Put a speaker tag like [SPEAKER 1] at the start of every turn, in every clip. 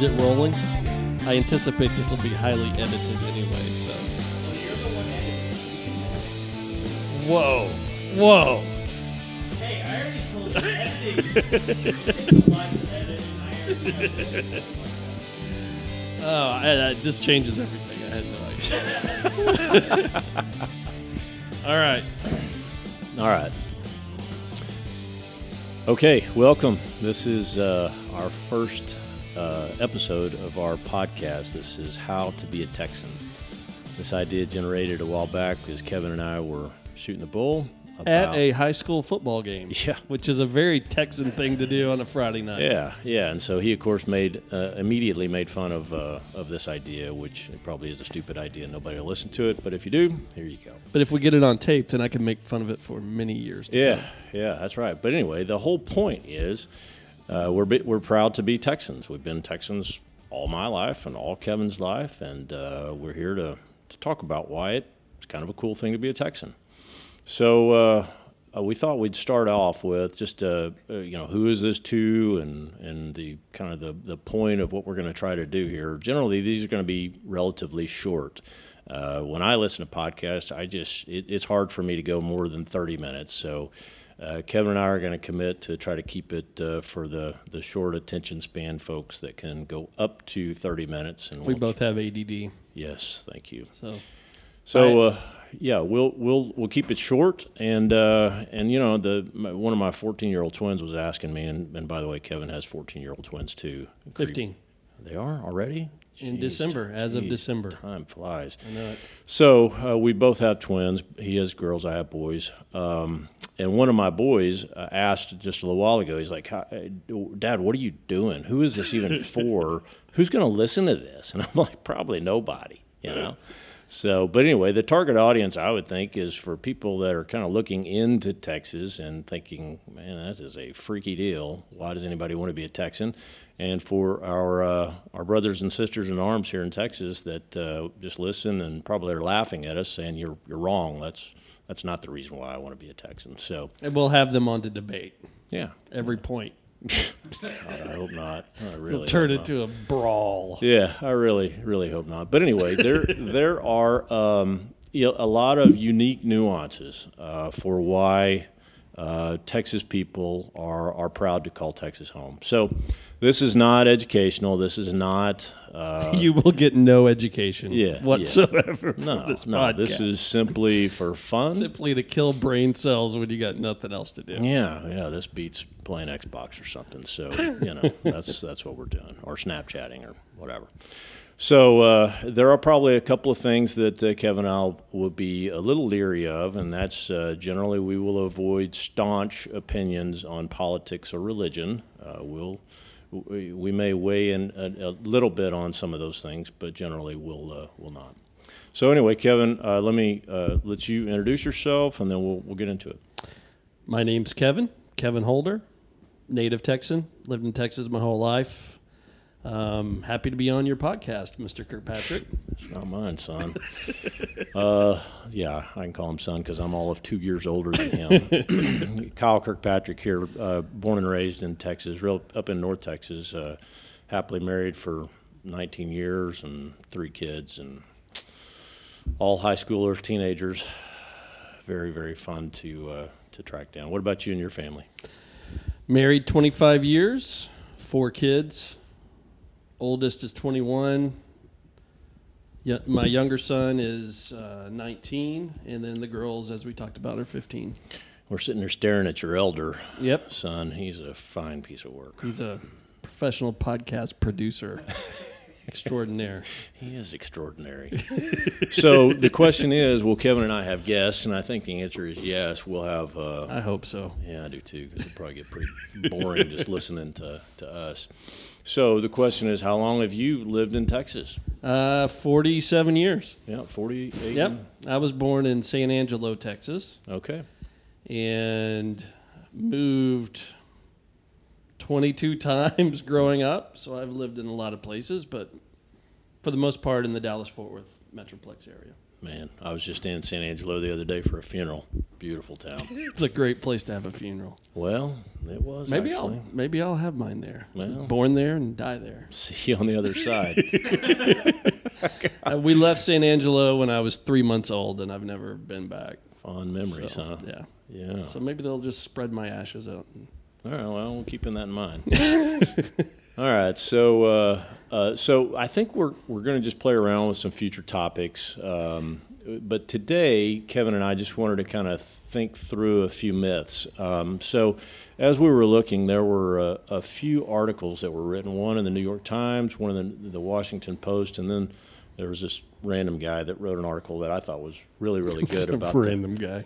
[SPEAKER 1] it rolling. I anticipate this will be highly edited anyway, so. Whoa. Whoa.
[SPEAKER 2] Hey, I already told you editing. it takes a lot to edit. and I already know that.
[SPEAKER 1] Oh, I, I, this changes everything. I had no idea. All right.
[SPEAKER 3] All right. Okay, welcome. This is uh, our first uh, episode of our podcast. This is How to Be a Texan. This idea generated a while back because Kevin and I were shooting the bull.
[SPEAKER 1] At
[SPEAKER 3] about-
[SPEAKER 1] a high school football game.
[SPEAKER 3] Yeah.
[SPEAKER 1] Which is a very Texan thing to do on a Friday night.
[SPEAKER 3] Yeah, yeah, and so he, of course, made uh, immediately made fun of uh, of this idea, which it probably is a stupid idea. Nobody will listen to it, but if you do, here you go.
[SPEAKER 1] But if we get it on tape, then I can make fun of it for many years. to
[SPEAKER 3] Yeah,
[SPEAKER 1] come.
[SPEAKER 3] yeah, that's right. But anyway, the whole point is uh, we're bi- we're proud to be Texans. We've been Texans all my life and all Kevin's life, and uh, we're here to, to talk about why it's kind of a cool thing to be a Texan. So uh, uh, we thought we'd start off with just uh, uh, you know who is this to, and and the kind of the the point of what we're going to try to do here. Generally, these are going to be relatively short. Uh, when I listen to podcasts, I just it, it's hard for me to go more than thirty minutes. So uh, Kevin and I are going to commit to try to keep it uh, for the the short attention span folks that can go up to thirty minutes. And
[SPEAKER 1] We
[SPEAKER 3] once-
[SPEAKER 1] both have ADD.
[SPEAKER 3] yes, thank you.
[SPEAKER 1] So
[SPEAKER 3] So uh, yeah, we'll we'll we'll keep it short, and uh, and you know the my, one of my fourteen year old twins was asking me, and, and by the way, Kevin has fourteen year old twins too. Creep-
[SPEAKER 1] 15
[SPEAKER 3] They are already
[SPEAKER 1] in
[SPEAKER 3] Jeez,
[SPEAKER 1] December, as of
[SPEAKER 3] jeez,
[SPEAKER 1] December.
[SPEAKER 3] Time flies.
[SPEAKER 1] I know it.
[SPEAKER 3] So uh, we both have twins. He has girls. I have boys. Um, and one of my boys uh, asked just a little while ago. He's like, "How- uh, "Dad, what are you doing? Who is this even for? Who's going to listen to this?" And I'm like, "Probably nobody." You know. So, but anyway, the target audience I would think is for people that are kind of looking into Texas and thinking, "Man, that is a freaky deal. Why does anybody want to be a Texan?" And for our uh, our brothers and sisters in arms here in Texas that uh, just listen and probably are laughing at us, saying, "You're you're wrong. That's that's not the reason why I want to be a Texan." So,
[SPEAKER 1] And we'll have them on to debate
[SPEAKER 3] yeah,
[SPEAKER 1] every point.
[SPEAKER 3] God, I hope not. I really
[SPEAKER 1] We'll turn
[SPEAKER 3] hope
[SPEAKER 1] it to a brawl.
[SPEAKER 3] Yeah, I really, really hope not. But anyway, there there are um, you know, a lot of unique nuances uh, for why uh, Texas people are are proud to call Texas home. So this is not educational. This is not. Uh,
[SPEAKER 1] you will get no education
[SPEAKER 3] Yeah, yeah.
[SPEAKER 1] whatsoever
[SPEAKER 3] no,
[SPEAKER 1] from this
[SPEAKER 3] no.
[SPEAKER 1] podcast.
[SPEAKER 3] This is simply for fun.
[SPEAKER 1] simply to kill brain cells when you got nothing else to do.
[SPEAKER 3] Yeah, yeah, this beats playing Xbox or something. So you know, that's that's what we're doing, or Snapchatting or whatever. So uh, there are probably a couple of things that uh, Kevin and I will be a little leery of, and that's uh, generally we will avoid staunch opinions on politics or religion. Uh, we'll we we may weigh in a, a little bit on some of those things, but generally we'll uh, will not. So anyway, Kevin, uh, let me uh, let you introduce yourself, and then we'll we'll get into it.
[SPEAKER 1] My name's Kevin, Kevin Holder, native Texan, lived in Texas my whole life. Um, happy to be on your podcast, Mr. Kirkpatrick.
[SPEAKER 3] Not mine, son. uh, yeah, I can call him son because I'm all of two years older than him. Kyle Kirkpatrick here, uh, born and raised in Texas, real up in North Texas. Uh, happily married for 19 years and three kids, and all high schoolers, teenagers. Very, very fun to uh, to track down. What about you and your family?
[SPEAKER 1] Married 25 years, four kids. Oldest is 21. Yeah, my younger son is uh, 19, and then the girls, as we talked about, are 15.
[SPEAKER 3] We're sitting there staring at your elder
[SPEAKER 1] Yep,
[SPEAKER 3] son. He's a fine piece of work.
[SPEAKER 1] he's a professional podcast producer extraordinaire.
[SPEAKER 3] He is extraordinary. so the question is, will Kevin and I have guests? And I think the answer is yes. We'll have. Uh,
[SPEAKER 1] I hope so.
[SPEAKER 3] yeah, I do too, because it'll probably get pretty boring just listening to, to us. So the question is, how long have you lived in Texas?
[SPEAKER 1] Uh, 47 years.
[SPEAKER 3] Yeah, forty-eight.
[SPEAKER 1] Yep. I was born in San Angelo, Texas,
[SPEAKER 3] Okay.
[SPEAKER 1] and moved 22 times growing up. So I've lived in a lot of places, but for the most part in the Dallas Fort Worth metroplex area.
[SPEAKER 3] Man, I was just in San Angelo the other day for a funeral. Beautiful town.
[SPEAKER 1] It's a great place to have a funeral.
[SPEAKER 3] well, it was
[SPEAKER 1] Maybe
[SPEAKER 3] actually.
[SPEAKER 1] I'll maybe I'll have mine there.
[SPEAKER 3] Well.
[SPEAKER 1] Born there and die there.
[SPEAKER 3] See you on the other side.
[SPEAKER 1] Uh, we left San Angelo when I was three months old, and I've never been back.
[SPEAKER 3] Fond memories,
[SPEAKER 1] So,
[SPEAKER 3] huh?
[SPEAKER 1] Yeah.
[SPEAKER 3] Yeah.
[SPEAKER 1] So maybe they'll just spread my ashes out.
[SPEAKER 3] All right. Well, we're keeping that in mind. All right. So, uh, uh, so I think we're we're going to just play around with some future topics. Um, but today, Kevin and I just wanted to kind of think through a few myths. Um, so, as we were looking, there were a, a few articles that were written. One in the New York Times, one in the, the Washington Post, and then there was this random guy that wrote an article that I thought was really, really good
[SPEAKER 1] Some
[SPEAKER 3] about the-
[SPEAKER 1] random guy.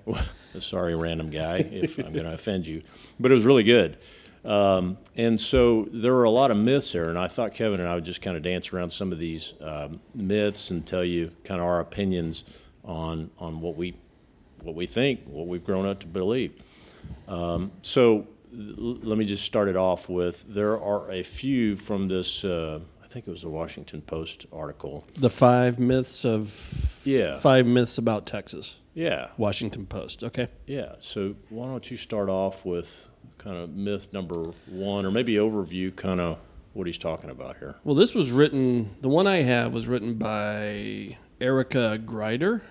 [SPEAKER 3] sorry random guy if i'm going to offend you but it was really good um, and so there were a lot of myths there and i thought kevin and i would just kind of dance around some of these um, myths and tell you kind of our opinions on on what we what we think what we've grown up to believe Um, so l- let me just start it off with there are a few from this uh, i think it was the washington post article
[SPEAKER 1] The five myths of
[SPEAKER 3] Yeah.
[SPEAKER 1] five myths about Texas.
[SPEAKER 3] yeah
[SPEAKER 1] Washington Post. Okay.
[SPEAKER 3] Yeah, so why don't you start off with kind of myth number one, or maybe overview kind of what he's talking about here.
[SPEAKER 1] Well, this was written. The one I have was written by Erica Grider,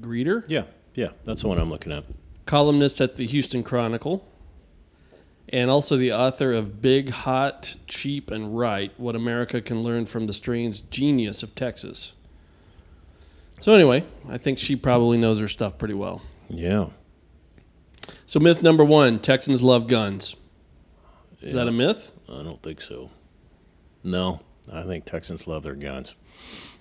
[SPEAKER 1] Greeter,
[SPEAKER 3] Yeah, yeah, that's the one I'm looking at.
[SPEAKER 1] columnist at the Houston Chronicle, and also the author of "Big, Hot, Cheap, and Right: What America Can Learn from the Strange Genius of Texas." So anyway, I think she probably knows her stuff pretty well.
[SPEAKER 3] Yeah.
[SPEAKER 1] So myth number one: Texans love guns. Is that a myth?
[SPEAKER 3] I don't think so. No, I think Texans love their guns.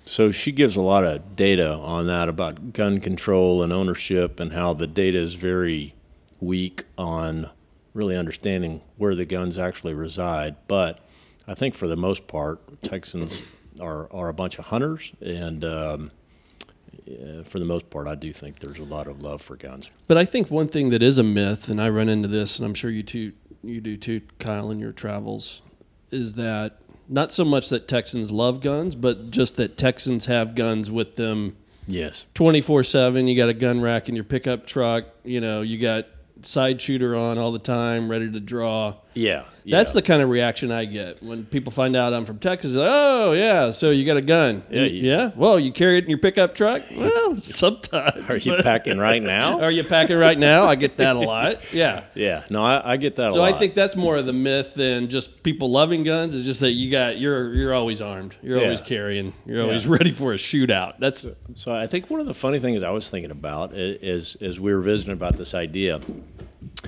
[SPEAKER 3] So she gives a lot of data on that about gun control and ownership and how the data is very weak on really understanding where the guns actually reside. But I think for the most part, Texans are, are a bunch of hunters. And um, yeah, for the most part, I do think there's a lot of love for guns.
[SPEAKER 1] But I think one thing that is a myth, and I run into this, and I'm sure you too, you do too, Kyle, in your travels, is that not so much that Texans love guns, but just that Texans have guns with them
[SPEAKER 3] Yes.
[SPEAKER 1] 24 7. You got a gun rack in your pickup truck. You know, you got side shooter on all the time, ready to draw.
[SPEAKER 3] Yeah.
[SPEAKER 1] That's the kind of reaction I get when people find out I'm from Texas. They're Like, oh yeah, so you got a gun?
[SPEAKER 3] Yeah, you-
[SPEAKER 1] yeah. Well, you carry it in your pickup truck? Well, sometimes.
[SPEAKER 3] Are you packing right now?
[SPEAKER 1] Are you packing right now? I get that a lot. Yeah.
[SPEAKER 3] Yeah. No, I, I get that a
[SPEAKER 1] So
[SPEAKER 3] lot.
[SPEAKER 1] I think that's more of the myth than just people loving guns. It's just that you got you're you're always armed. You're
[SPEAKER 3] Yeah.
[SPEAKER 1] always carrying. You're always ready for a shootout. That's
[SPEAKER 3] So I think one of the funny things I was thinking about i- is as we were visiting about this idea i-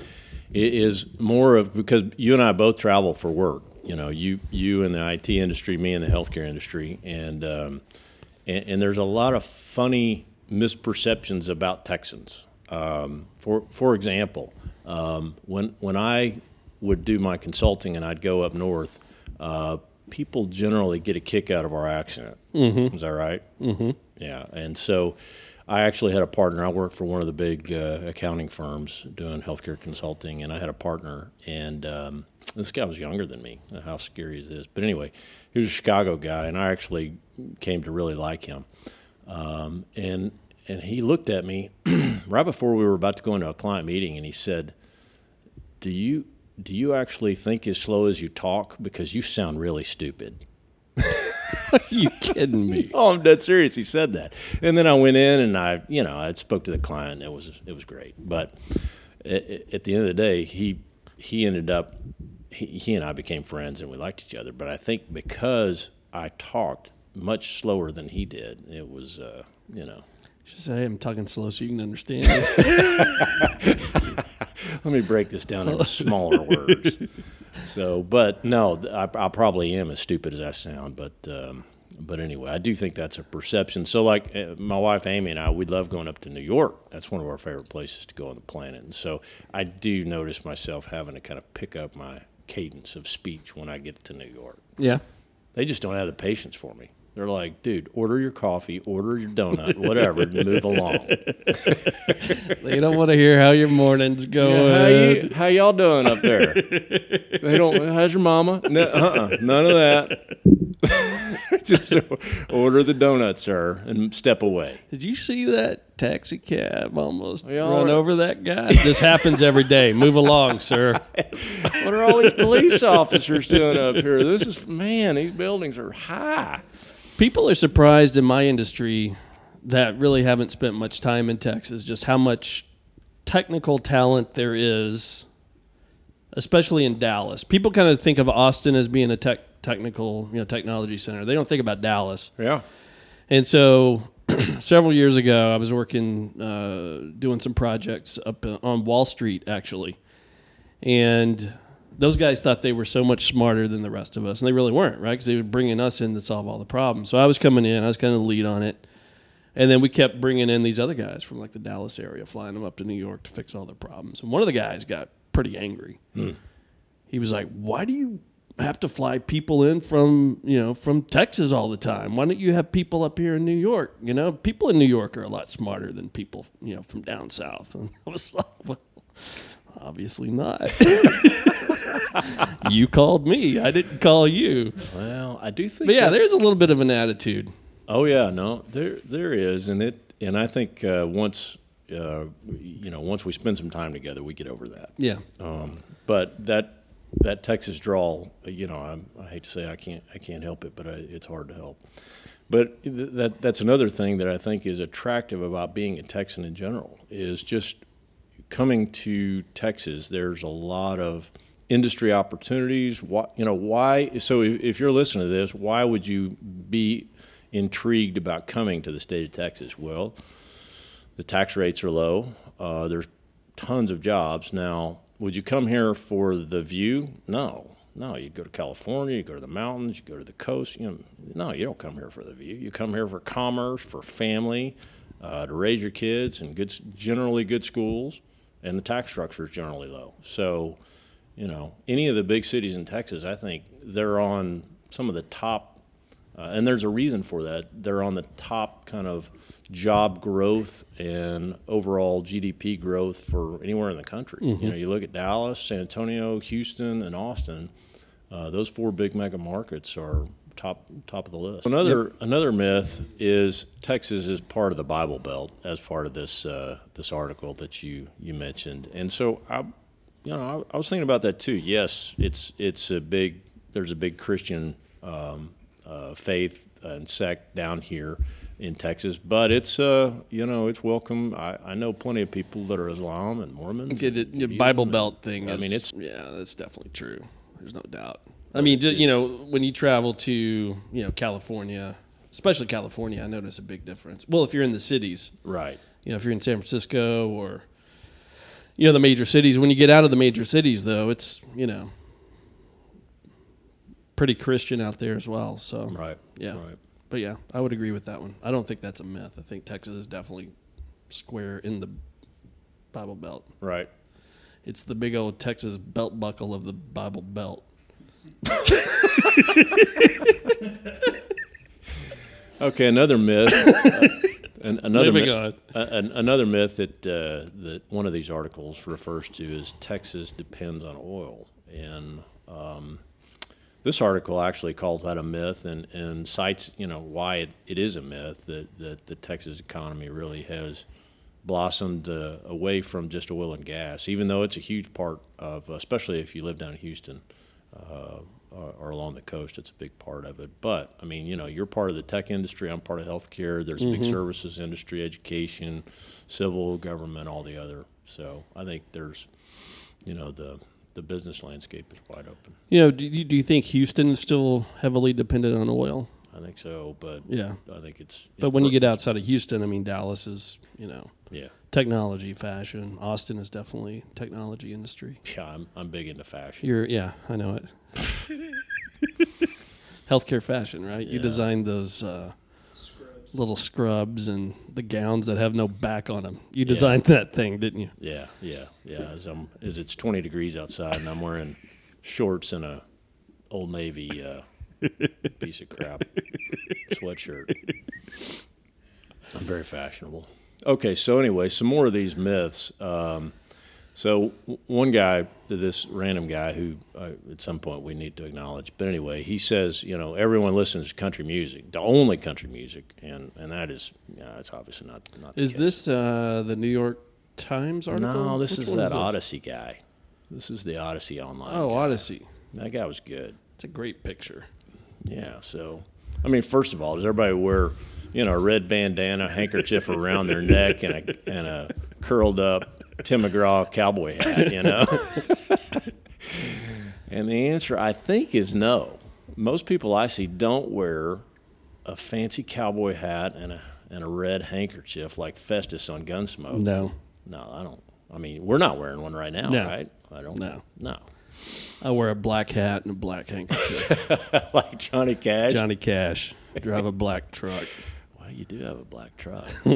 [SPEAKER 3] is more of because you and I both travel for work. You know, you you in the IT industry, me in the healthcare industry, and um, and, and there's a lot of funny misperceptions about Texans. Um, for for example, um, when when I would do my consulting and I'd go up north, uh, people generally get a kick out of our accent. Is that right? Mm-hmm. Yeah, and so I actually had a partner. I worked for one of the big uh, accounting firms doing healthcare consulting, and I had a partner, and um, this guy was younger than me. How scary is this? But anyway, he was a Chicago guy, and I actually came to really like him. Um, and and he looked at me right before we were about to go into a client meeting, and he said, "Do you do you actually think as slow as you talk? Because you sound really stupid."
[SPEAKER 1] you kidding me?
[SPEAKER 3] Oh, I'm dead serious. He said that. And then I went in and I, you know, I spoke to the client. It was it was great. But a- a- at the end of the day, he he ended up he, he and I became friends and we liked each other. But I think because I talked much slower than he did, it was uh, you know.
[SPEAKER 1] Just say I'm talking slow so you can understand. me."
[SPEAKER 3] Let me break this down into smaller words. So, but no, th- I, I probably am as stupid as I sound, but um, but anyway, I do think that's a perception. So, like uh, my wife Amy and I, we love going up to New York. That's one of our favorite places to go on the planet, and so I do notice myself having to kind of pick up my cadence of speech when I get to New York.
[SPEAKER 1] yeah.
[SPEAKER 3] They just don't have the patience for me. They're like, dude, order your coffee, order your donut, whatever, and move along.
[SPEAKER 1] They don't want to hear how your morning's going.
[SPEAKER 3] how, you, how y'all doing up there? they don't. How's your mama? No, uh-uh, none of that. Just order the donuts, sir, and step away.
[SPEAKER 1] Did you see that taxi cab almost
[SPEAKER 3] Yeah,
[SPEAKER 1] run
[SPEAKER 3] right.
[SPEAKER 1] over that guy? this happens every day. Move along, sir.
[SPEAKER 3] What are all these police officers doing up here? This is man. These buildings are high.
[SPEAKER 1] People are surprised in my industry that really haven't spent much time in Texas just how much technical talent there is, especially in Dallas. People kind of think of Austin as being a tech technical, you know, technology center. They don't think about Dallas.
[SPEAKER 3] Yeah.
[SPEAKER 1] And so, several years ago, I was working, uh, doing some projects up uh, on Wall Street, actually. And those guys thought they were so much smarter than the rest of us, and they really weren't, right? Because they were bringing us in to solve all the problems. So I was coming in, I was kind of the lead on it. And then we kept bringing in these other guys from like the Dallas area, flying them up to New York to fix all their problems. And one of the guys got pretty angry. He was like, "Why do you have to fly people in from you know from Texas all the time? Why don't you have people up here in New York? You know, people in New York are a lot smarter than people you know from down south." And I was like, "Well, obviously not." you called me. I didn't call you.
[SPEAKER 3] Well, I do think.
[SPEAKER 1] But yeah,
[SPEAKER 3] that-
[SPEAKER 1] there's a little bit of an attitude.
[SPEAKER 3] Oh yeah, no, there there is, and it and I think uh, once uh, you know once we spend some time together, we get over that.
[SPEAKER 1] Yeah.
[SPEAKER 3] Um, but that that Texas drawl, you know, I, I hate to say I can't I can't help it, but I, it's hard to help. But th- that that's another thing that I think is attractive about being a Texan in general is just coming to Texas. There's a lot of industry opportunities. Why, you know, why? So if, if you're listening to this, why would you be intrigued about coming to the state of Texas? Well, the tax rates are low. Uh, there's tons of jobs. Now, would you come here for the view? No. No, you go to California, you go to the mountains, you go to the coast. You know, no, you don't come here for the view. You come here for commerce, for family, uh, to raise your kids in good, s- generally good schools, and the tax structure is generally low. So, you know, any of the big cities in Texas, I think they're on some of the top uh, and there's a reason for that. They're on the top kind of job growth and overall GDP growth for anywhere in the country. You know, you look at Dallas, San Antonio, Houston, and Austin. Uh, those four big mega markets are top top of the list. Another another myth is Texas is part of the Bible Belt, as part of this uh, this article that you you mentioned. And so I, you know, I, I was thinking about that too. Yes, it's it's a big there's a big Christian um, uh, faith and sect down here in Texas, but it's uh, you know it's welcome. I, I know plenty of people that are Islam and Mormons.
[SPEAKER 1] Did
[SPEAKER 3] and
[SPEAKER 1] it, the
[SPEAKER 3] Judaism
[SPEAKER 1] Bible
[SPEAKER 3] and-
[SPEAKER 1] Belt thing.
[SPEAKER 3] I
[SPEAKER 1] is-
[SPEAKER 3] mean, it's-
[SPEAKER 1] yeah, that's definitely true. There's no doubt. I mean, ju- you know, when you travel to you know California, especially California, I notice a big difference. Well, if you're in the cities,
[SPEAKER 3] right.
[SPEAKER 1] you know, if you're in San Francisco or you know the major cities, when you get out of the major cities, though, it's you know pretty Christian out there as well. So
[SPEAKER 3] Right.
[SPEAKER 1] yeah.
[SPEAKER 3] Right.
[SPEAKER 1] But yeah, I would agree with that one. I don't think that's a myth. I think Texas is definitely square in the Bible Belt.
[SPEAKER 3] Right.
[SPEAKER 1] It's the big old Texas belt buckle of the Bible Belt.
[SPEAKER 3] Okay, another myth. uh, an- another
[SPEAKER 1] Moving
[SPEAKER 3] myth-
[SPEAKER 1] on.
[SPEAKER 3] a- an- another myth that uh, that one of these articles refers to is Texas depends on oil, and um, this article actually calls that a myth and, and cites you know why it, it is a myth that, that the Texas economy really has blossomed uh, away from just oil and gas, even though it's a huge part of, especially if you live down in Houston uh, or, or along the coast, it's a big part of it. But I mean, you know, you're part of the tech industry, I'm part of healthcare. There's
[SPEAKER 1] Mm-hmm.
[SPEAKER 3] big services industry, education, civil government, all the other. So I think there's, you know, the the business landscape is wide open.
[SPEAKER 1] You know, do you, do you think Houston is still heavily dependent on oil?
[SPEAKER 3] I think so, but
[SPEAKER 1] Yeah.
[SPEAKER 3] I think it's.
[SPEAKER 1] But when you get outside of Houston, I mean, Dallas is, you know,
[SPEAKER 3] yeah,
[SPEAKER 1] technology, fashion. Austin is definitely technology industry.
[SPEAKER 3] yeah, I'm, I'm big into fashion.
[SPEAKER 1] You're, yeah, I know it. Healthcare fashion, right? You
[SPEAKER 3] Yeah.
[SPEAKER 1] designed those uh,
[SPEAKER 2] Scrubs.
[SPEAKER 1] little scrubs and the gowns that have no back on them. You designed that thing, didn't you?
[SPEAKER 3] Yeah, yeah, yeah. As I'm, as it's 20 degrees outside, and I'm wearing shorts and a old navy uh, piece of crap sweatshirt. I'm very fashionable. Okay, so anyway, some more of these myths. Um, So w- one guy, this random guy who uh, at some point we need to acknowledge, but anyway, he says, you know, everyone listens to country music, the only country music, and and that is, you know, it's obviously not not. The
[SPEAKER 1] Is
[SPEAKER 3] case.
[SPEAKER 1] this uh, the New York Times article?
[SPEAKER 3] No, this
[SPEAKER 1] Which
[SPEAKER 3] is
[SPEAKER 1] one
[SPEAKER 3] that
[SPEAKER 1] this?
[SPEAKER 3] Odyssey guy. This is the Odyssey online.
[SPEAKER 1] Oh,
[SPEAKER 3] guy.
[SPEAKER 1] Odyssey.
[SPEAKER 3] that guy was good.
[SPEAKER 1] It's a great picture.
[SPEAKER 3] Yeah. So, I mean, first of all, does everybody wear, you know, a red bandana, handkerchief around their neck, and a and a curled up Tim McGraw cowboy hat? You know. and the answer, I think, is no. Most people I see don't wear a fancy cowboy hat and a and a red handkerchief like Festus on Gunsmoke.
[SPEAKER 1] No,
[SPEAKER 3] No, I don't. I mean, we're not wearing one right now,
[SPEAKER 1] No.
[SPEAKER 3] right? I don't.
[SPEAKER 1] No.
[SPEAKER 3] No.
[SPEAKER 1] I wear a black hat and a black handkerchief.
[SPEAKER 3] like Johnny Cash.
[SPEAKER 1] Johnny Cash drive a black truck.
[SPEAKER 3] Well, you do have a black truck.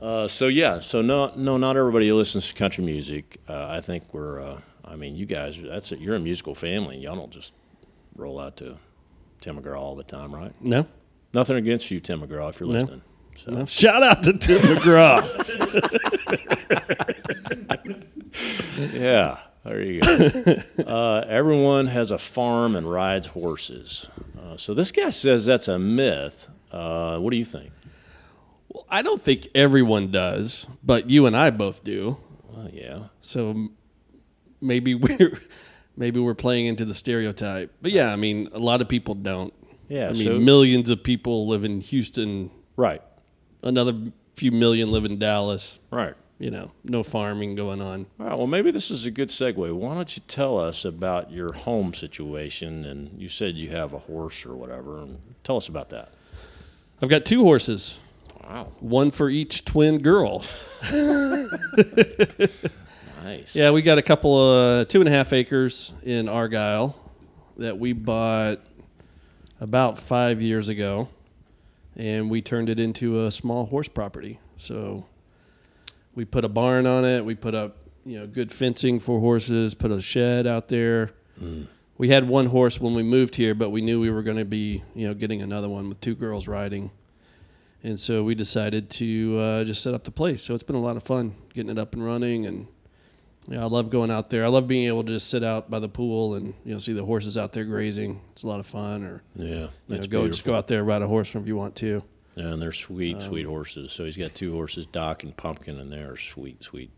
[SPEAKER 3] uh, so yeah, so no, no, not everybody listens to country music. Uh, I think we're. Uh, I mean, you guys, that's it. You're a musical family. Y'all don't just roll out to Tim McGraw all the time, right?
[SPEAKER 1] No,
[SPEAKER 3] Nothing against you, Tim McGraw, if you're
[SPEAKER 1] No.
[SPEAKER 3] listening. So.
[SPEAKER 1] no. Shout out to Tim McGraw.
[SPEAKER 3] Yeah, there you go. uh, everyone has a farm and rides horses. Uh, so this guy says that's a myth. Uh, what do you think?
[SPEAKER 1] well, I don't think everyone does, but you and I both do.
[SPEAKER 3] Well, yeah.
[SPEAKER 1] So m- maybe we're maybe we're playing into the stereotype. But yeah, I mean, a lot of people don't.
[SPEAKER 3] Yeah,
[SPEAKER 1] I mean,
[SPEAKER 3] so-
[SPEAKER 1] millions of people live in Houston.
[SPEAKER 3] Right.
[SPEAKER 1] Another few million live in Dallas.
[SPEAKER 3] Right.
[SPEAKER 1] You know, no farming going on.
[SPEAKER 3] All right. Well, maybe this is a good segue. Why don't you tell us about your home situation? And you said you have a horse or whatever. And tell us about that.
[SPEAKER 1] I've got two horses,
[SPEAKER 3] Wow.
[SPEAKER 1] one for each twin girl.
[SPEAKER 3] Nice.
[SPEAKER 1] Yeah, we got a couple of two and a half acres in Argyle that we bought about five years ago, and we turned it into a small horse property. So we put a barn on it. We put up you know good fencing for horses. Put a shed out there. We had one horse when we moved here, but we knew we were going to be you know getting another one with two girls riding. And so we decided to uh, just set up the place. So it's been a lot of fun getting it up and running and yeah, I love going out there. I love being able to just sit out by the pool and you know see the horses out there grazing. It's a lot of fun. Or
[SPEAKER 3] Yeah.
[SPEAKER 1] you know,
[SPEAKER 3] That's
[SPEAKER 1] go just
[SPEAKER 3] beautiful.
[SPEAKER 1] go Um, out there ride a horse if you want to.
[SPEAKER 3] Yeah, and they're sweet, sweet horses. So he's got two horses, Doc and Pumpkin, and they're sweet, sweet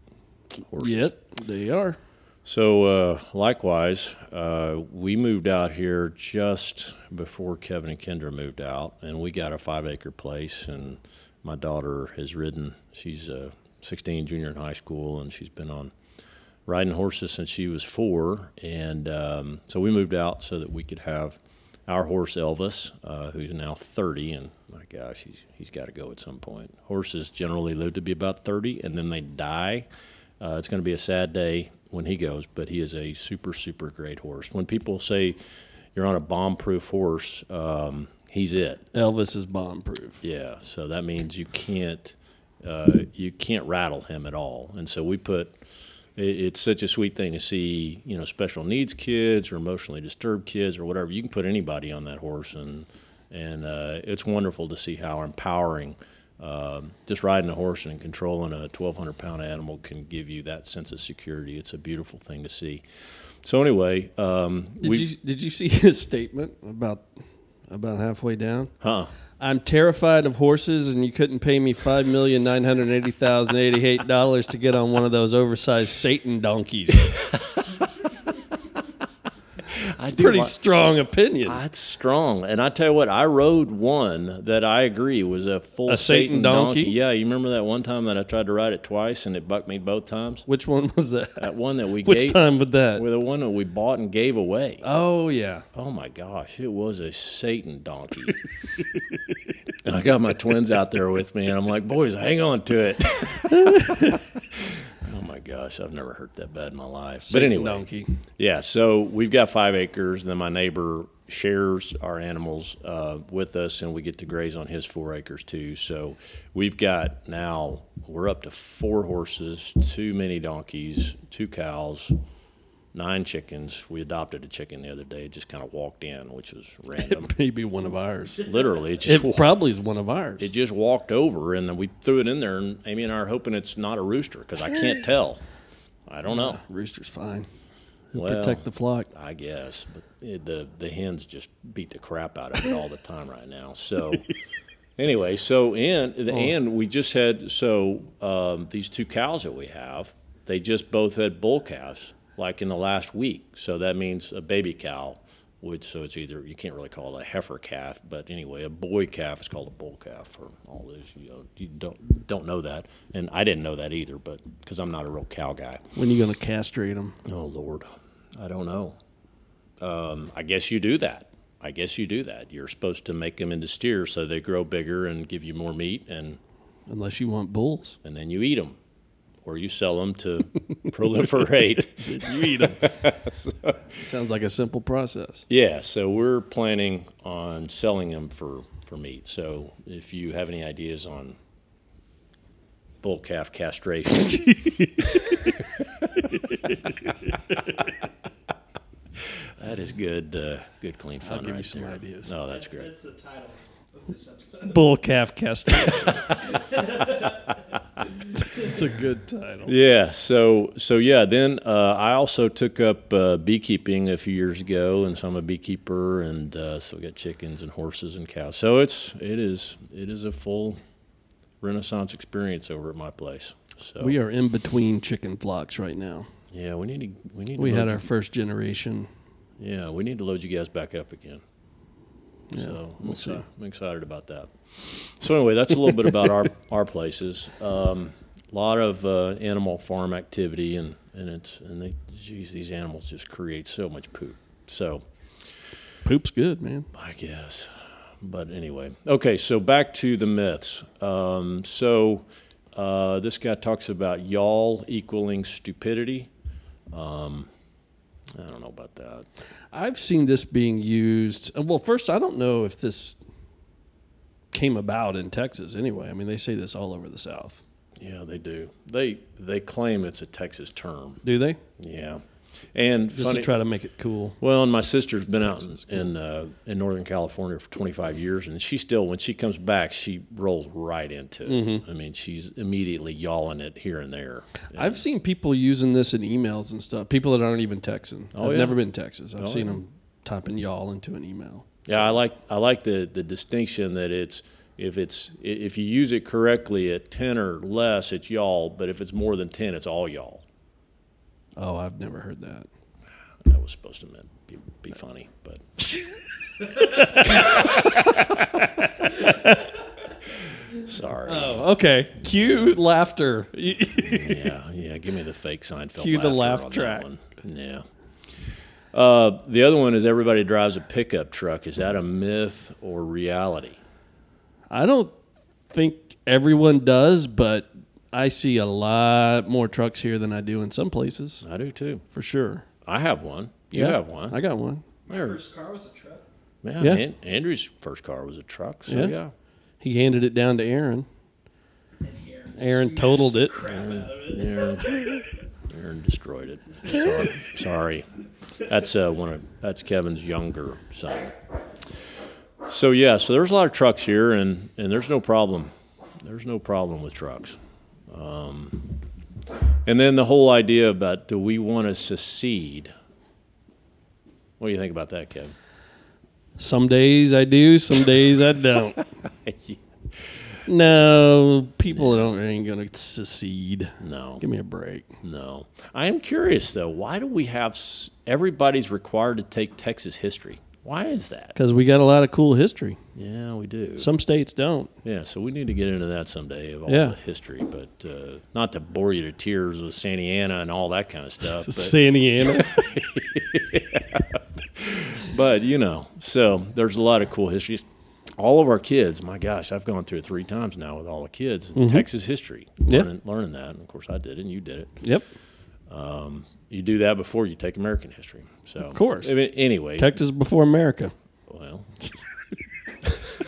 [SPEAKER 3] horses.
[SPEAKER 1] Yep, they are.
[SPEAKER 3] So, uh, likewise, uh, we moved out here just before Kevin and Kendra moved out, and we got a five acre place. And my daughter has ridden, she's uh, 16, junior in high school, and she's been on riding horses since she was four. And um, so we moved out so that we could have our horse Elvis, uh, who's now 30. And my gosh, he's, he's got to go at some point. Horses generally live to be about 30 and then they die. Uh, it's going to be a sad day when he goes, but he is a super, super great horse. When people say you're on a bomb proof horse, um, he's it.
[SPEAKER 1] Elvis is bomb proof.
[SPEAKER 3] Yeah, so that means you can't uh, you can't rattle him at all. And so we put it, it's such a sweet thing to see you know special needs kids or emotionally disturbed kids or whatever. You can put anybody on that horse, and and uh, it's wonderful to see how empowering. Um, just riding a horse and controlling a 1,200 pound animal can give you that sense of security. It's a beautiful thing to see. So, anyway, um,
[SPEAKER 1] Did
[SPEAKER 3] we.
[SPEAKER 1] you did you see his statement about about halfway down?
[SPEAKER 3] huh.
[SPEAKER 1] I'm terrified of horses, and you couldn't pay me five million nine hundred eighty thousand eighty eight dollars to get on one of those oversized Satan donkeys.
[SPEAKER 3] I do
[SPEAKER 1] Pretty
[SPEAKER 3] like-
[SPEAKER 1] strong opinion.
[SPEAKER 3] That's strong. And I tell you what, I rode one that I agree was a full
[SPEAKER 1] A Satan donkey?
[SPEAKER 3] Yeah, you remember that one time that I tried to ride it twice and it bucked me both times?
[SPEAKER 1] Which one was that?
[SPEAKER 3] That one that we
[SPEAKER 1] Which
[SPEAKER 3] gave
[SPEAKER 1] time with that?
[SPEAKER 3] with the one that we bought and gave away.
[SPEAKER 1] oh yeah.
[SPEAKER 3] Oh my gosh, it was a Satan donkey. and I got my twins out there with me, and I'm like, boys, hang on to it. oh my gosh, I've never hurt that bad in my life. but
[SPEAKER 1] Satan
[SPEAKER 3] anyway,
[SPEAKER 1] donkey.
[SPEAKER 3] yeah, so we've got five acres, and then my neighbor shares our animals uh, with us, and we get to graze on his four acres too. So we've got now we're up to four horses, two mini donkeys, two cows, nine chickens. We adopted a chicken the other day; it just kind of walked in, which was random.
[SPEAKER 1] It may be one of ours.
[SPEAKER 3] Literally, it just
[SPEAKER 1] It
[SPEAKER 3] walked,
[SPEAKER 1] probably is one of ours.
[SPEAKER 3] it just walked over, and then we threw it in there, and Amy and I are hoping it's not a rooster because I can't tell. I don't know.
[SPEAKER 1] Rooster's fine. He'll
[SPEAKER 3] Well.
[SPEAKER 1] protect the flock.
[SPEAKER 3] I guess, but it, the the hens just beat the crap out of it all the time right now. So anyway, so and the and we just had so um, these two cows that we have, they just both had bull calves like in the last week. So that means a baby cow, which so it's either you can't really call it a heifer calf, but anyway, a boy calf is called a bull calf for all those you know, you don't don't know that, and I didn't know that either, but because I'm not a real cow guy.
[SPEAKER 1] When you gonna castrate them?
[SPEAKER 3] Oh Lord, I don't know. Um, I guess you do that. I guess you do that. You're supposed to make them into steer so they grow bigger and give you more meat, and
[SPEAKER 1] Unless you want bulls,
[SPEAKER 3] and then you eat them, or you sell them to proliferate.
[SPEAKER 1] you eat them. Sounds like a simple process.
[SPEAKER 3] Yeah, so we're planning on selling them for for meat. So if you have any ideas on bull calf castration. That is good, uh, good clean fun.
[SPEAKER 1] give you
[SPEAKER 3] right
[SPEAKER 1] some
[SPEAKER 3] there.
[SPEAKER 1] ideas.
[SPEAKER 3] Oh, that's great.
[SPEAKER 2] That's the title of this episode.
[SPEAKER 1] Bull calf castration. It's a good title.
[SPEAKER 3] Yeah. So so yeah. Then uh, I also took up uh, beekeeping a few years ago, and so I'm a beekeeper, and uh, so we got chickens and horses and cows. So it's it is it is a full Renaissance experience over at my place. So
[SPEAKER 1] We are in between chicken flocks right now.
[SPEAKER 3] yeah. We need to we need to
[SPEAKER 1] We
[SPEAKER 3] load
[SPEAKER 1] had
[SPEAKER 3] you-
[SPEAKER 1] our first generation.
[SPEAKER 3] yeah. We need to load you guys back up again.
[SPEAKER 1] Yeah,
[SPEAKER 3] so I'm,
[SPEAKER 1] we'll
[SPEAKER 3] exci-
[SPEAKER 1] see.
[SPEAKER 3] I'm excited about that. So anyway, that's a little bit about our our places. A um, lot of uh, animal farm activity, and and it's and they, geez, these animals just create so much poop. So
[SPEAKER 1] Poop's good, man.
[SPEAKER 3] I guess, but anyway, okay. So back to the myths. Um, so uh, this guy talks about y'all equaling stupidity. Um, I don't know about that.
[SPEAKER 1] I've seen this being used. uh, Well, first, I don't know if this came about in Texas anyway. I mean, they say this all over the South.
[SPEAKER 3] Yeah, they do. They they claim it's a Texas term.
[SPEAKER 1] Do they?
[SPEAKER 3] Yeah, and
[SPEAKER 1] Just
[SPEAKER 3] funny-
[SPEAKER 1] to try to make it cool.
[SPEAKER 3] Well, and my sister's been out in in, uh, in Northern California for 25 years, and she still, when she comes back, she rolls right into. it. I mean, she's immediately yawing it here and there.
[SPEAKER 1] I've seen people using this in emails and stuff. People that aren't even Texan.
[SPEAKER 3] Oh,
[SPEAKER 1] I've
[SPEAKER 3] yeah.
[SPEAKER 1] never been to Texas. I've
[SPEAKER 3] Oh,
[SPEAKER 1] seen
[SPEAKER 3] yeah.
[SPEAKER 1] them typing y'all into an email.
[SPEAKER 3] Yeah, I like I like the the distinction that it's if it's i- if you use it correctly at 10 or less, it's y'all, but if it's more than 10, it's all y'all.
[SPEAKER 1] Oh, I've never heard that.
[SPEAKER 3] That was supposed to meant be, be funny, but. Sorry.
[SPEAKER 1] Oh, okay. Cue laughter.
[SPEAKER 3] yeah, yeah. Give me the fake Seinfeld.
[SPEAKER 1] Cue the
[SPEAKER 3] laughter
[SPEAKER 1] laugh
[SPEAKER 3] on
[SPEAKER 1] track.
[SPEAKER 3] that one. Yeah. Uh, the other one is everybody drives a pickup truck. Is that a myth or reality?
[SPEAKER 1] I don't think everyone does, but I see a lot more trucks here than I do in some places,
[SPEAKER 3] I do too.
[SPEAKER 1] for sure.
[SPEAKER 3] I have one. You
[SPEAKER 1] Yeah,
[SPEAKER 3] have one.
[SPEAKER 1] I got one.
[SPEAKER 2] My
[SPEAKER 3] There-
[SPEAKER 2] first car was a truck.
[SPEAKER 3] yeah.
[SPEAKER 1] Yeah.
[SPEAKER 3] An- Andrew's first car was a truck. So
[SPEAKER 1] Yeah.
[SPEAKER 3] yeah.
[SPEAKER 1] He handed it down to Aaron.
[SPEAKER 2] And
[SPEAKER 1] Aaron totaled it.
[SPEAKER 2] Crap out of it.
[SPEAKER 3] Aaron, Aaron destroyed it. Sorry. Sorry. That's uh, one of that's Kevin's younger son. So yeah, so there's a lot of trucks here, and and there's no problem. There's no problem with trucks. Um, and then the whole idea about do we want to secede? What do you think about that, Kevin?
[SPEAKER 1] Some days I do, some days I don't. No, people don't ain't gonna secede.
[SPEAKER 3] No.
[SPEAKER 1] Give me a break.
[SPEAKER 3] No. I am curious though. Why do we have s- everybody's required to take Texas history? Why is that?
[SPEAKER 1] Because we got a lot of cool history.
[SPEAKER 3] Yeah, we do.
[SPEAKER 1] Some states don't.
[SPEAKER 3] Yeah, so we need to get into that someday of all
[SPEAKER 1] Yeah.
[SPEAKER 3] the history, but uh, not to bore you to tears with Santa Ana and all that kind of stuff. But,
[SPEAKER 1] Santa
[SPEAKER 3] but you know, so there's a lot of cool histories. All of our kids, my gosh, I've gone through it three times now with all the kids. Texas history,
[SPEAKER 1] Mm-hmm. Yeah.
[SPEAKER 3] learning, learning that. And of course, I did it, and you did it.
[SPEAKER 1] Yep.
[SPEAKER 3] You do that before you take American history. So of
[SPEAKER 1] course.
[SPEAKER 3] I mean, anyway,
[SPEAKER 1] Texas before America.
[SPEAKER 3] well.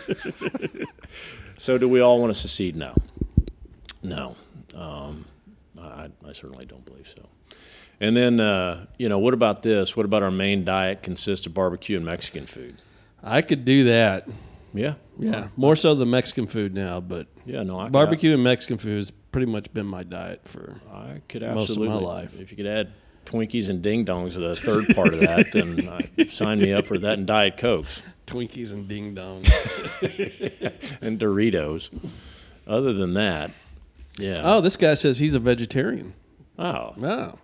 [SPEAKER 3] so do we all want to secede? No. No. Um, I, I certainly don't believe so. And then, uh, you know, what about this? What about our main diet consists of barbecue and Mexican food?
[SPEAKER 1] I could do that.
[SPEAKER 3] Yeah.
[SPEAKER 1] Yeah, more so the Mexican food now, but
[SPEAKER 3] Yeah. No. I could-
[SPEAKER 1] barbecue and Mexican food has pretty much been my diet for.
[SPEAKER 3] I could
[SPEAKER 1] most of my
[SPEAKER 3] absolutely.
[SPEAKER 1] life.
[SPEAKER 3] If you could add Twinkies and Ding Dongs to the third part of that, then I, sign me up for that and Diet Cokes
[SPEAKER 1] Twinkies and ding dong.
[SPEAKER 3] and Doritos. Other than that, yeah.
[SPEAKER 1] oh, this guy says he's a vegetarian.
[SPEAKER 3] Oh.
[SPEAKER 1] Oh.
[SPEAKER 3] Well,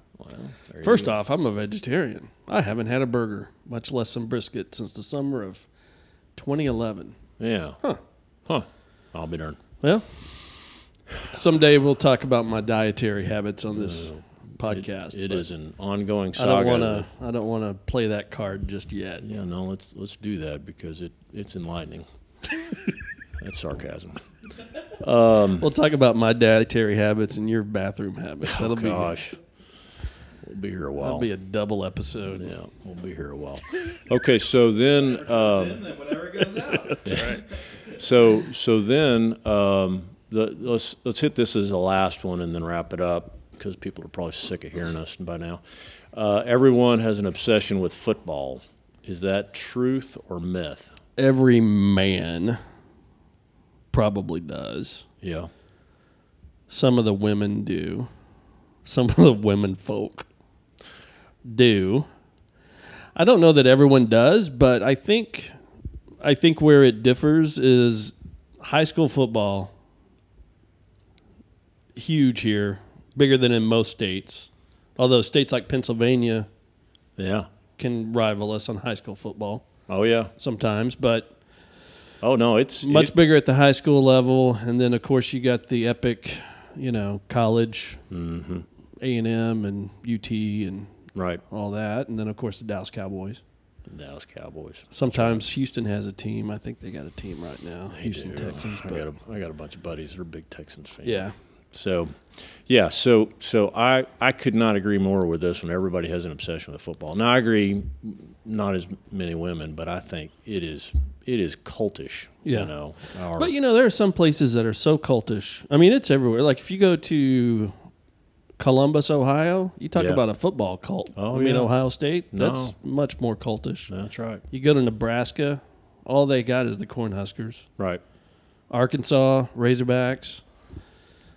[SPEAKER 3] there
[SPEAKER 1] First
[SPEAKER 3] you-
[SPEAKER 1] off, I'm a vegetarian. I haven't had a burger, much less some brisket, since the summer of 2011.
[SPEAKER 3] Yeah.
[SPEAKER 1] Huh.
[SPEAKER 3] Huh. I'll be darned.
[SPEAKER 1] Well, someday we'll talk about my dietary habits on this podcast.
[SPEAKER 3] It
[SPEAKER 1] but
[SPEAKER 3] is an
[SPEAKER 1] I
[SPEAKER 3] ongoing saga.
[SPEAKER 1] don't want to. I don't want to play that card just yet.
[SPEAKER 3] Yeah, no, let's let's do that because it it's enlightening. That's sarcasm. Oh,
[SPEAKER 1] We'll talk about my dietary habits and your bathroom habits. That'll
[SPEAKER 3] oh,
[SPEAKER 1] be
[SPEAKER 3] gosh, we'll be here a while.
[SPEAKER 1] that'll be a double episode.
[SPEAKER 3] yeah, we'll be here a while. Okay, so then, um,
[SPEAKER 2] in, then whatever goes out.
[SPEAKER 3] so so then, um, the, let's let's hit this as the last one and then wrap it up because people are probably sick of hearing us by now. Uh, everyone has an obsession with football. Is that truth or myth?
[SPEAKER 1] Every man probably does.
[SPEAKER 3] Yeah.
[SPEAKER 1] Some of the women do. Some of the women folk do. I don't know that everyone does, but I think I think where it differs is high school football huge here, bigger than in most states. Although states like Pennsylvania
[SPEAKER 3] Yeah.
[SPEAKER 1] can rival us on high school football
[SPEAKER 3] Oh yeah.
[SPEAKER 1] sometimes, but
[SPEAKER 3] Oh no, it's
[SPEAKER 1] much
[SPEAKER 3] it-
[SPEAKER 1] bigger at the high school level, and then of course you got the epic, you know, college, A and M and UT and
[SPEAKER 3] Mm-hmm. right.
[SPEAKER 1] all that, and then of course the Dallas Cowboys.
[SPEAKER 3] Dallas Cowboys.
[SPEAKER 1] Sometimes Houston has a team. I think they got a team right now, Houston
[SPEAKER 3] do.
[SPEAKER 1] Texans.
[SPEAKER 3] I
[SPEAKER 1] But
[SPEAKER 3] got, a, I got a bunch of buddies that are big Texans fans.
[SPEAKER 1] yeah,
[SPEAKER 3] So, yeah. So, so I I could not agree more with this one. Everybody has an obsession with football. Now I agree, not as many women, but I think it is it is cultish.
[SPEAKER 1] Yeah.
[SPEAKER 3] You know. Our,
[SPEAKER 1] but you know there are some places that are so cultish. I mean, it's everywhere. Like if you go to Columbus, Ohio, you talk
[SPEAKER 3] Yeah.
[SPEAKER 1] about a football cult.
[SPEAKER 3] Oh,
[SPEAKER 1] I mean,
[SPEAKER 3] yeah.
[SPEAKER 1] Ohio State,
[SPEAKER 3] No.
[SPEAKER 1] that's much more cultish.
[SPEAKER 3] that's right.
[SPEAKER 1] You go to Nebraska, all they got is the Cornhuskers.
[SPEAKER 3] Right.
[SPEAKER 1] Arkansas, Razorbacks.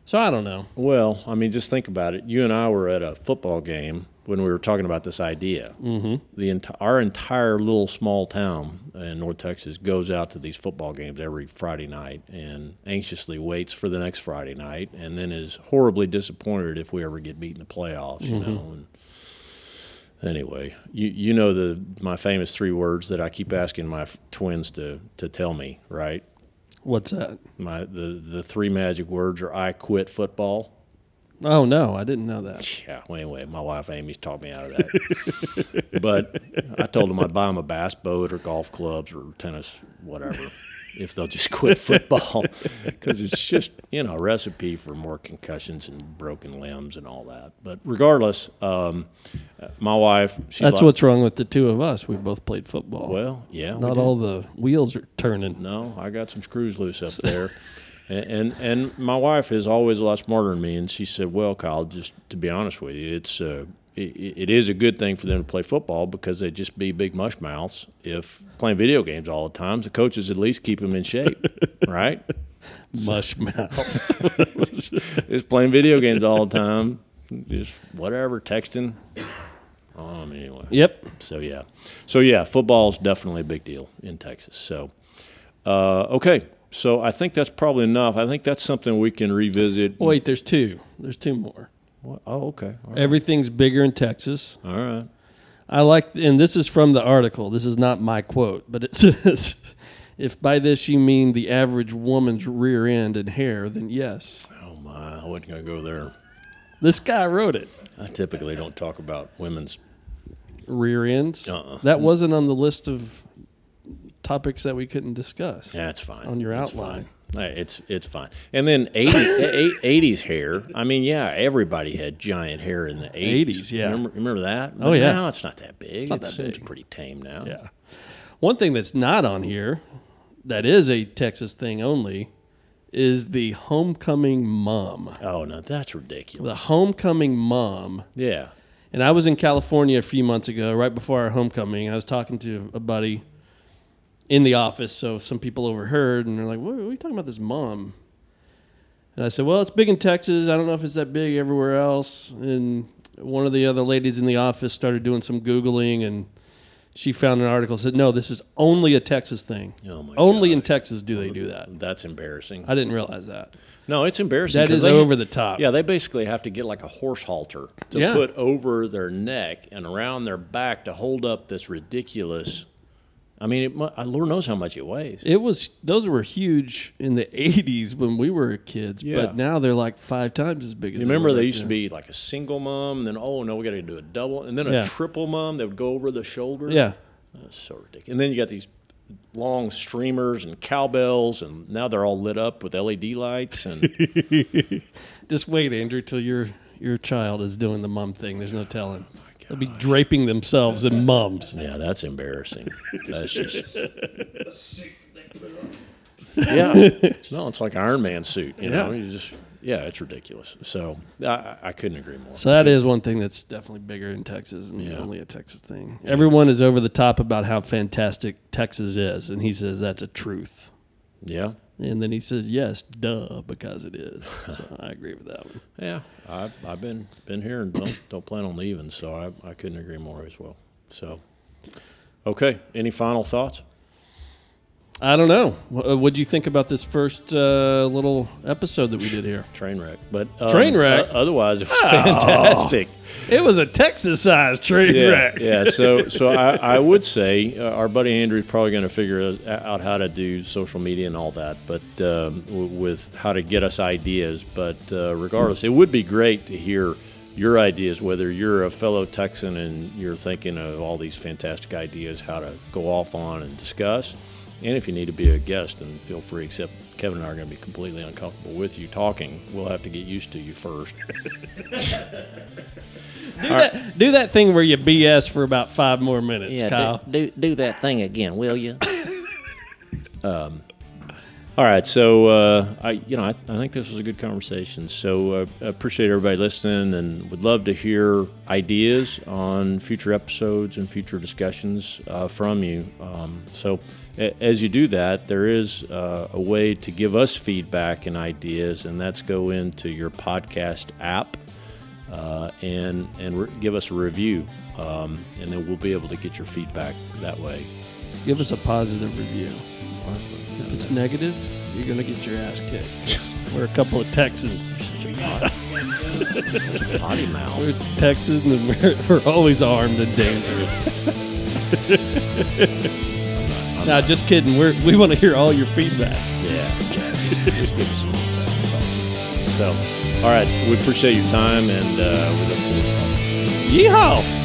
[SPEAKER 1] So I don't know.
[SPEAKER 3] Well, I mean, just think about it. You and I were at a football game when we were talking about this idea. Mm-hmm. The enti- our entire little small town in North Texas goes out to these football games every Friday night and anxiously waits for the next Friday night, and then is horribly disappointed if we ever get beat in the playoffs. You know. And, Anyway, you, you know the my famous three words that I keep asking my f- twins to, to tell me, right?
[SPEAKER 1] What's that?
[SPEAKER 3] My the, the three magic words are I quit football,
[SPEAKER 1] Oh no, I didn't know that.
[SPEAKER 3] yeah. Well, anyway, my wife Amy's taught me out of that. but I told them I'd buy them a bass boat or golf clubs or tennis, whatever, if they'll just quit football, because it's just you know a recipe for more concussions and broken limbs and all that. But regardless, um, uh, my wife, she's
[SPEAKER 1] That's
[SPEAKER 3] like,
[SPEAKER 1] what's wrong with the two of us. We both played football.
[SPEAKER 3] Well, yeah, we
[SPEAKER 1] Not
[SPEAKER 3] did.
[SPEAKER 1] all the wheels are turning.
[SPEAKER 3] No, I got some screws loose up there. And, and and my wife is always a lot smarter than me, and she said, "Well, Kyle, just to be honest with you, it's uh, it, it is a good thing for them to play football because they'd just be big mush mouths if playing video games all the time. The coaches at least keep them in shape, right?
[SPEAKER 1] Mush mouths.
[SPEAKER 3] Just playing video games all the time, just whatever, texting. Um, anyway,
[SPEAKER 1] yep.
[SPEAKER 3] so yeah, so yeah, football's definitely a big deal in Texas. So uh, okay, so I think that's probably enough. I think that's something we can revisit.
[SPEAKER 1] Wait, there's two. There's two more.
[SPEAKER 3] What? Oh, okay. All right.
[SPEAKER 1] Everything's bigger in Texas.
[SPEAKER 3] All right.
[SPEAKER 1] I like, and this is from the article. This is not my quote, but it says, "If by this you mean the average woman's rear end and hair, then yes."
[SPEAKER 3] Oh my, I wasn't gonna go there.
[SPEAKER 1] This guy wrote it.
[SPEAKER 3] I typically don't talk about women's.
[SPEAKER 1] rear ends.
[SPEAKER 3] Uh-uh.
[SPEAKER 1] That wasn't on the list of topics that we couldn't discuss.
[SPEAKER 3] That's fine.
[SPEAKER 1] On your
[SPEAKER 3] It's
[SPEAKER 1] outline.
[SPEAKER 3] fine. Uh, It's it's fine. And then 80, eh, eh, 80s hair. I mean, yeah, everybody had giant hair in the 80s.
[SPEAKER 1] 80s, yeah.
[SPEAKER 3] Remember, remember that?
[SPEAKER 1] Oh, yeah.
[SPEAKER 3] Now it's not that big. It's,
[SPEAKER 1] not that
[SPEAKER 3] it's
[SPEAKER 1] big.
[SPEAKER 3] pretty tame now.
[SPEAKER 1] Yeah. One thing that's not on here, that is a Texas thing only, is the homecoming mom.
[SPEAKER 3] Oh no, that's ridiculous.
[SPEAKER 1] The homecoming mom.
[SPEAKER 3] Yeah.
[SPEAKER 1] And I was in California a few months ago, right before our homecoming. I was talking to a buddy in the office. So some people overheard and they're like, what, what are you talking about this mom? And I said, well, it's big in Texas. I don't know if it's that big everywhere else. And one of the other ladies in the office started doing some Googling and she found an article that said, no, this is only a Texas thing.
[SPEAKER 3] Oh my
[SPEAKER 1] only in
[SPEAKER 3] gosh.
[SPEAKER 1] Texas do they do that.
[SPEAKER 3] That's embarrassing.
[SPEAKER 1] I didn't realize that.
[SPEAKER 3] No, it's embarrassing.
[SPEAKER 1] That
[SPEAKER 3] 'cause
[SPEAKER 1] is
[SPEAKER 3] they-
[SPEAKER 1] over the top.
[SPEAKER 3] Yeah, they basically have to get like a horse halter to
[SPEAKER 1] Yeah.
[SPEAKER 3] put over their neck and around their back to hold up this ridiculous. I mean, it, mu- uh, Lord knows how much it weighs.
[SPEAKER 1] It was those were huge in the '80s when we were kids,
[SPEAKER 3] Yeah.
[SPEAKER 1] but now they're like five times as big as.
[SPEAKER 3] You remember they used to be like a single mom, then oh no, we got to do a double, and then a
[SPEAKER 1] Yeah.
[SPEAKER 3] triple mom that would go over the shoulder.
[SPEAKER 1] Yeah,
[SPEAKER 3] that's so ridiculous. And then you got these long streamers and cowbells, and now they're all lit up with LED lights. And
[SPEAKER 1] just wait, Andrew, till your your child is doing the mum thing. There's no telling.
[SPEAKER 3] Oh
[SPEAKER 1] They'll be draping themselves in mums.
[SPEAKER 3] yeah, that's embarrassing. That's just
[SPEAKER 2] Sick, they put it on.
[SPEAKER 3] Yeah. no, it's like an Iron Man suit. You know,
[SPEAKER 1] Yeah.
[SPEAKER 3] you just yeah, it's ridiculous. So I- I, I couldn't agree more.
[SPEAKER 1] So that is one thing that's definitely bigger in Texas and
[SPEAKER 3] Yeah.
[SPEAKER 1] only a Texas thing. Everyone is over the top about how fantastic Texas is, and he says that's a truth.
[SPEAKER 3] Yeah.
[SPEAKER 1] And then he says, "Yes, duh, because it is." So I agree with that one.
[SPEAKER 3] Yeah. I I've been been here and don't don't plan on leaving, so I, I couldn't agree more as well. So Okay. Any final thoughts?
[SPEAKER 1] I don't know. What do you think about this first uh, little episode that we did here?
[SPEAKER 3] Train wreck. But um,
[SPEAKER 1] Train wreck? Oh.
[SPEAKER 3] o- otherwise it was fantastic.
[SPEAKER 1] It was a Texas-sized train
[SPEAKER 3] yeah, yeah. So, so I, I would say uh, our buddy Andrew's probably going to figure us- uh, out how to do social media and all that, but um, w- with how to get us ideas. But uh, regardless, it would be great to hear your ideas, whether you're a fellow Texan and you're thinking of all these fantastic ideas how to go off on and discuss. And if you need to be a guest, then feel free. Except Kevin and I are going to be completely uncomfortable with you talking. We'll have to get used to you first.
[SPEAKER 1] Do that, do that thing where you BS for about five more minutes, Kyle.
[SPEAKER 4] Do, do do that thing again, will you?
[SPEAKER 3] All right, so uh, I, you know, I, I think this was a good conversation. So uh, I appreciate everybody listening, and would love to hear ideas on future episodes and future discussions uh, from you. Um, so a- as you do that, there is uh, a way to give us feedback and ideas, and that's go into your podcast app uh, and and re- give us a review, um, and then we'll be able to get your feedback that way.
[SPEAKER 1] Give us a positive review. If it's negative, you're gonna get your ass kicked. We're a couple of Texans.
[SPEAKER 3] Potty mouth.
[SPEAKER 1] We're Texans, and we're, we're always armed and dangerous. nah, just kidding. We're, we want to hear all your feedback.
[SPEAKER 3] Yeah. just give us some So, all right. We appreciate your time and uh, we look forward to
[SPEAKER 1] Yeehaw!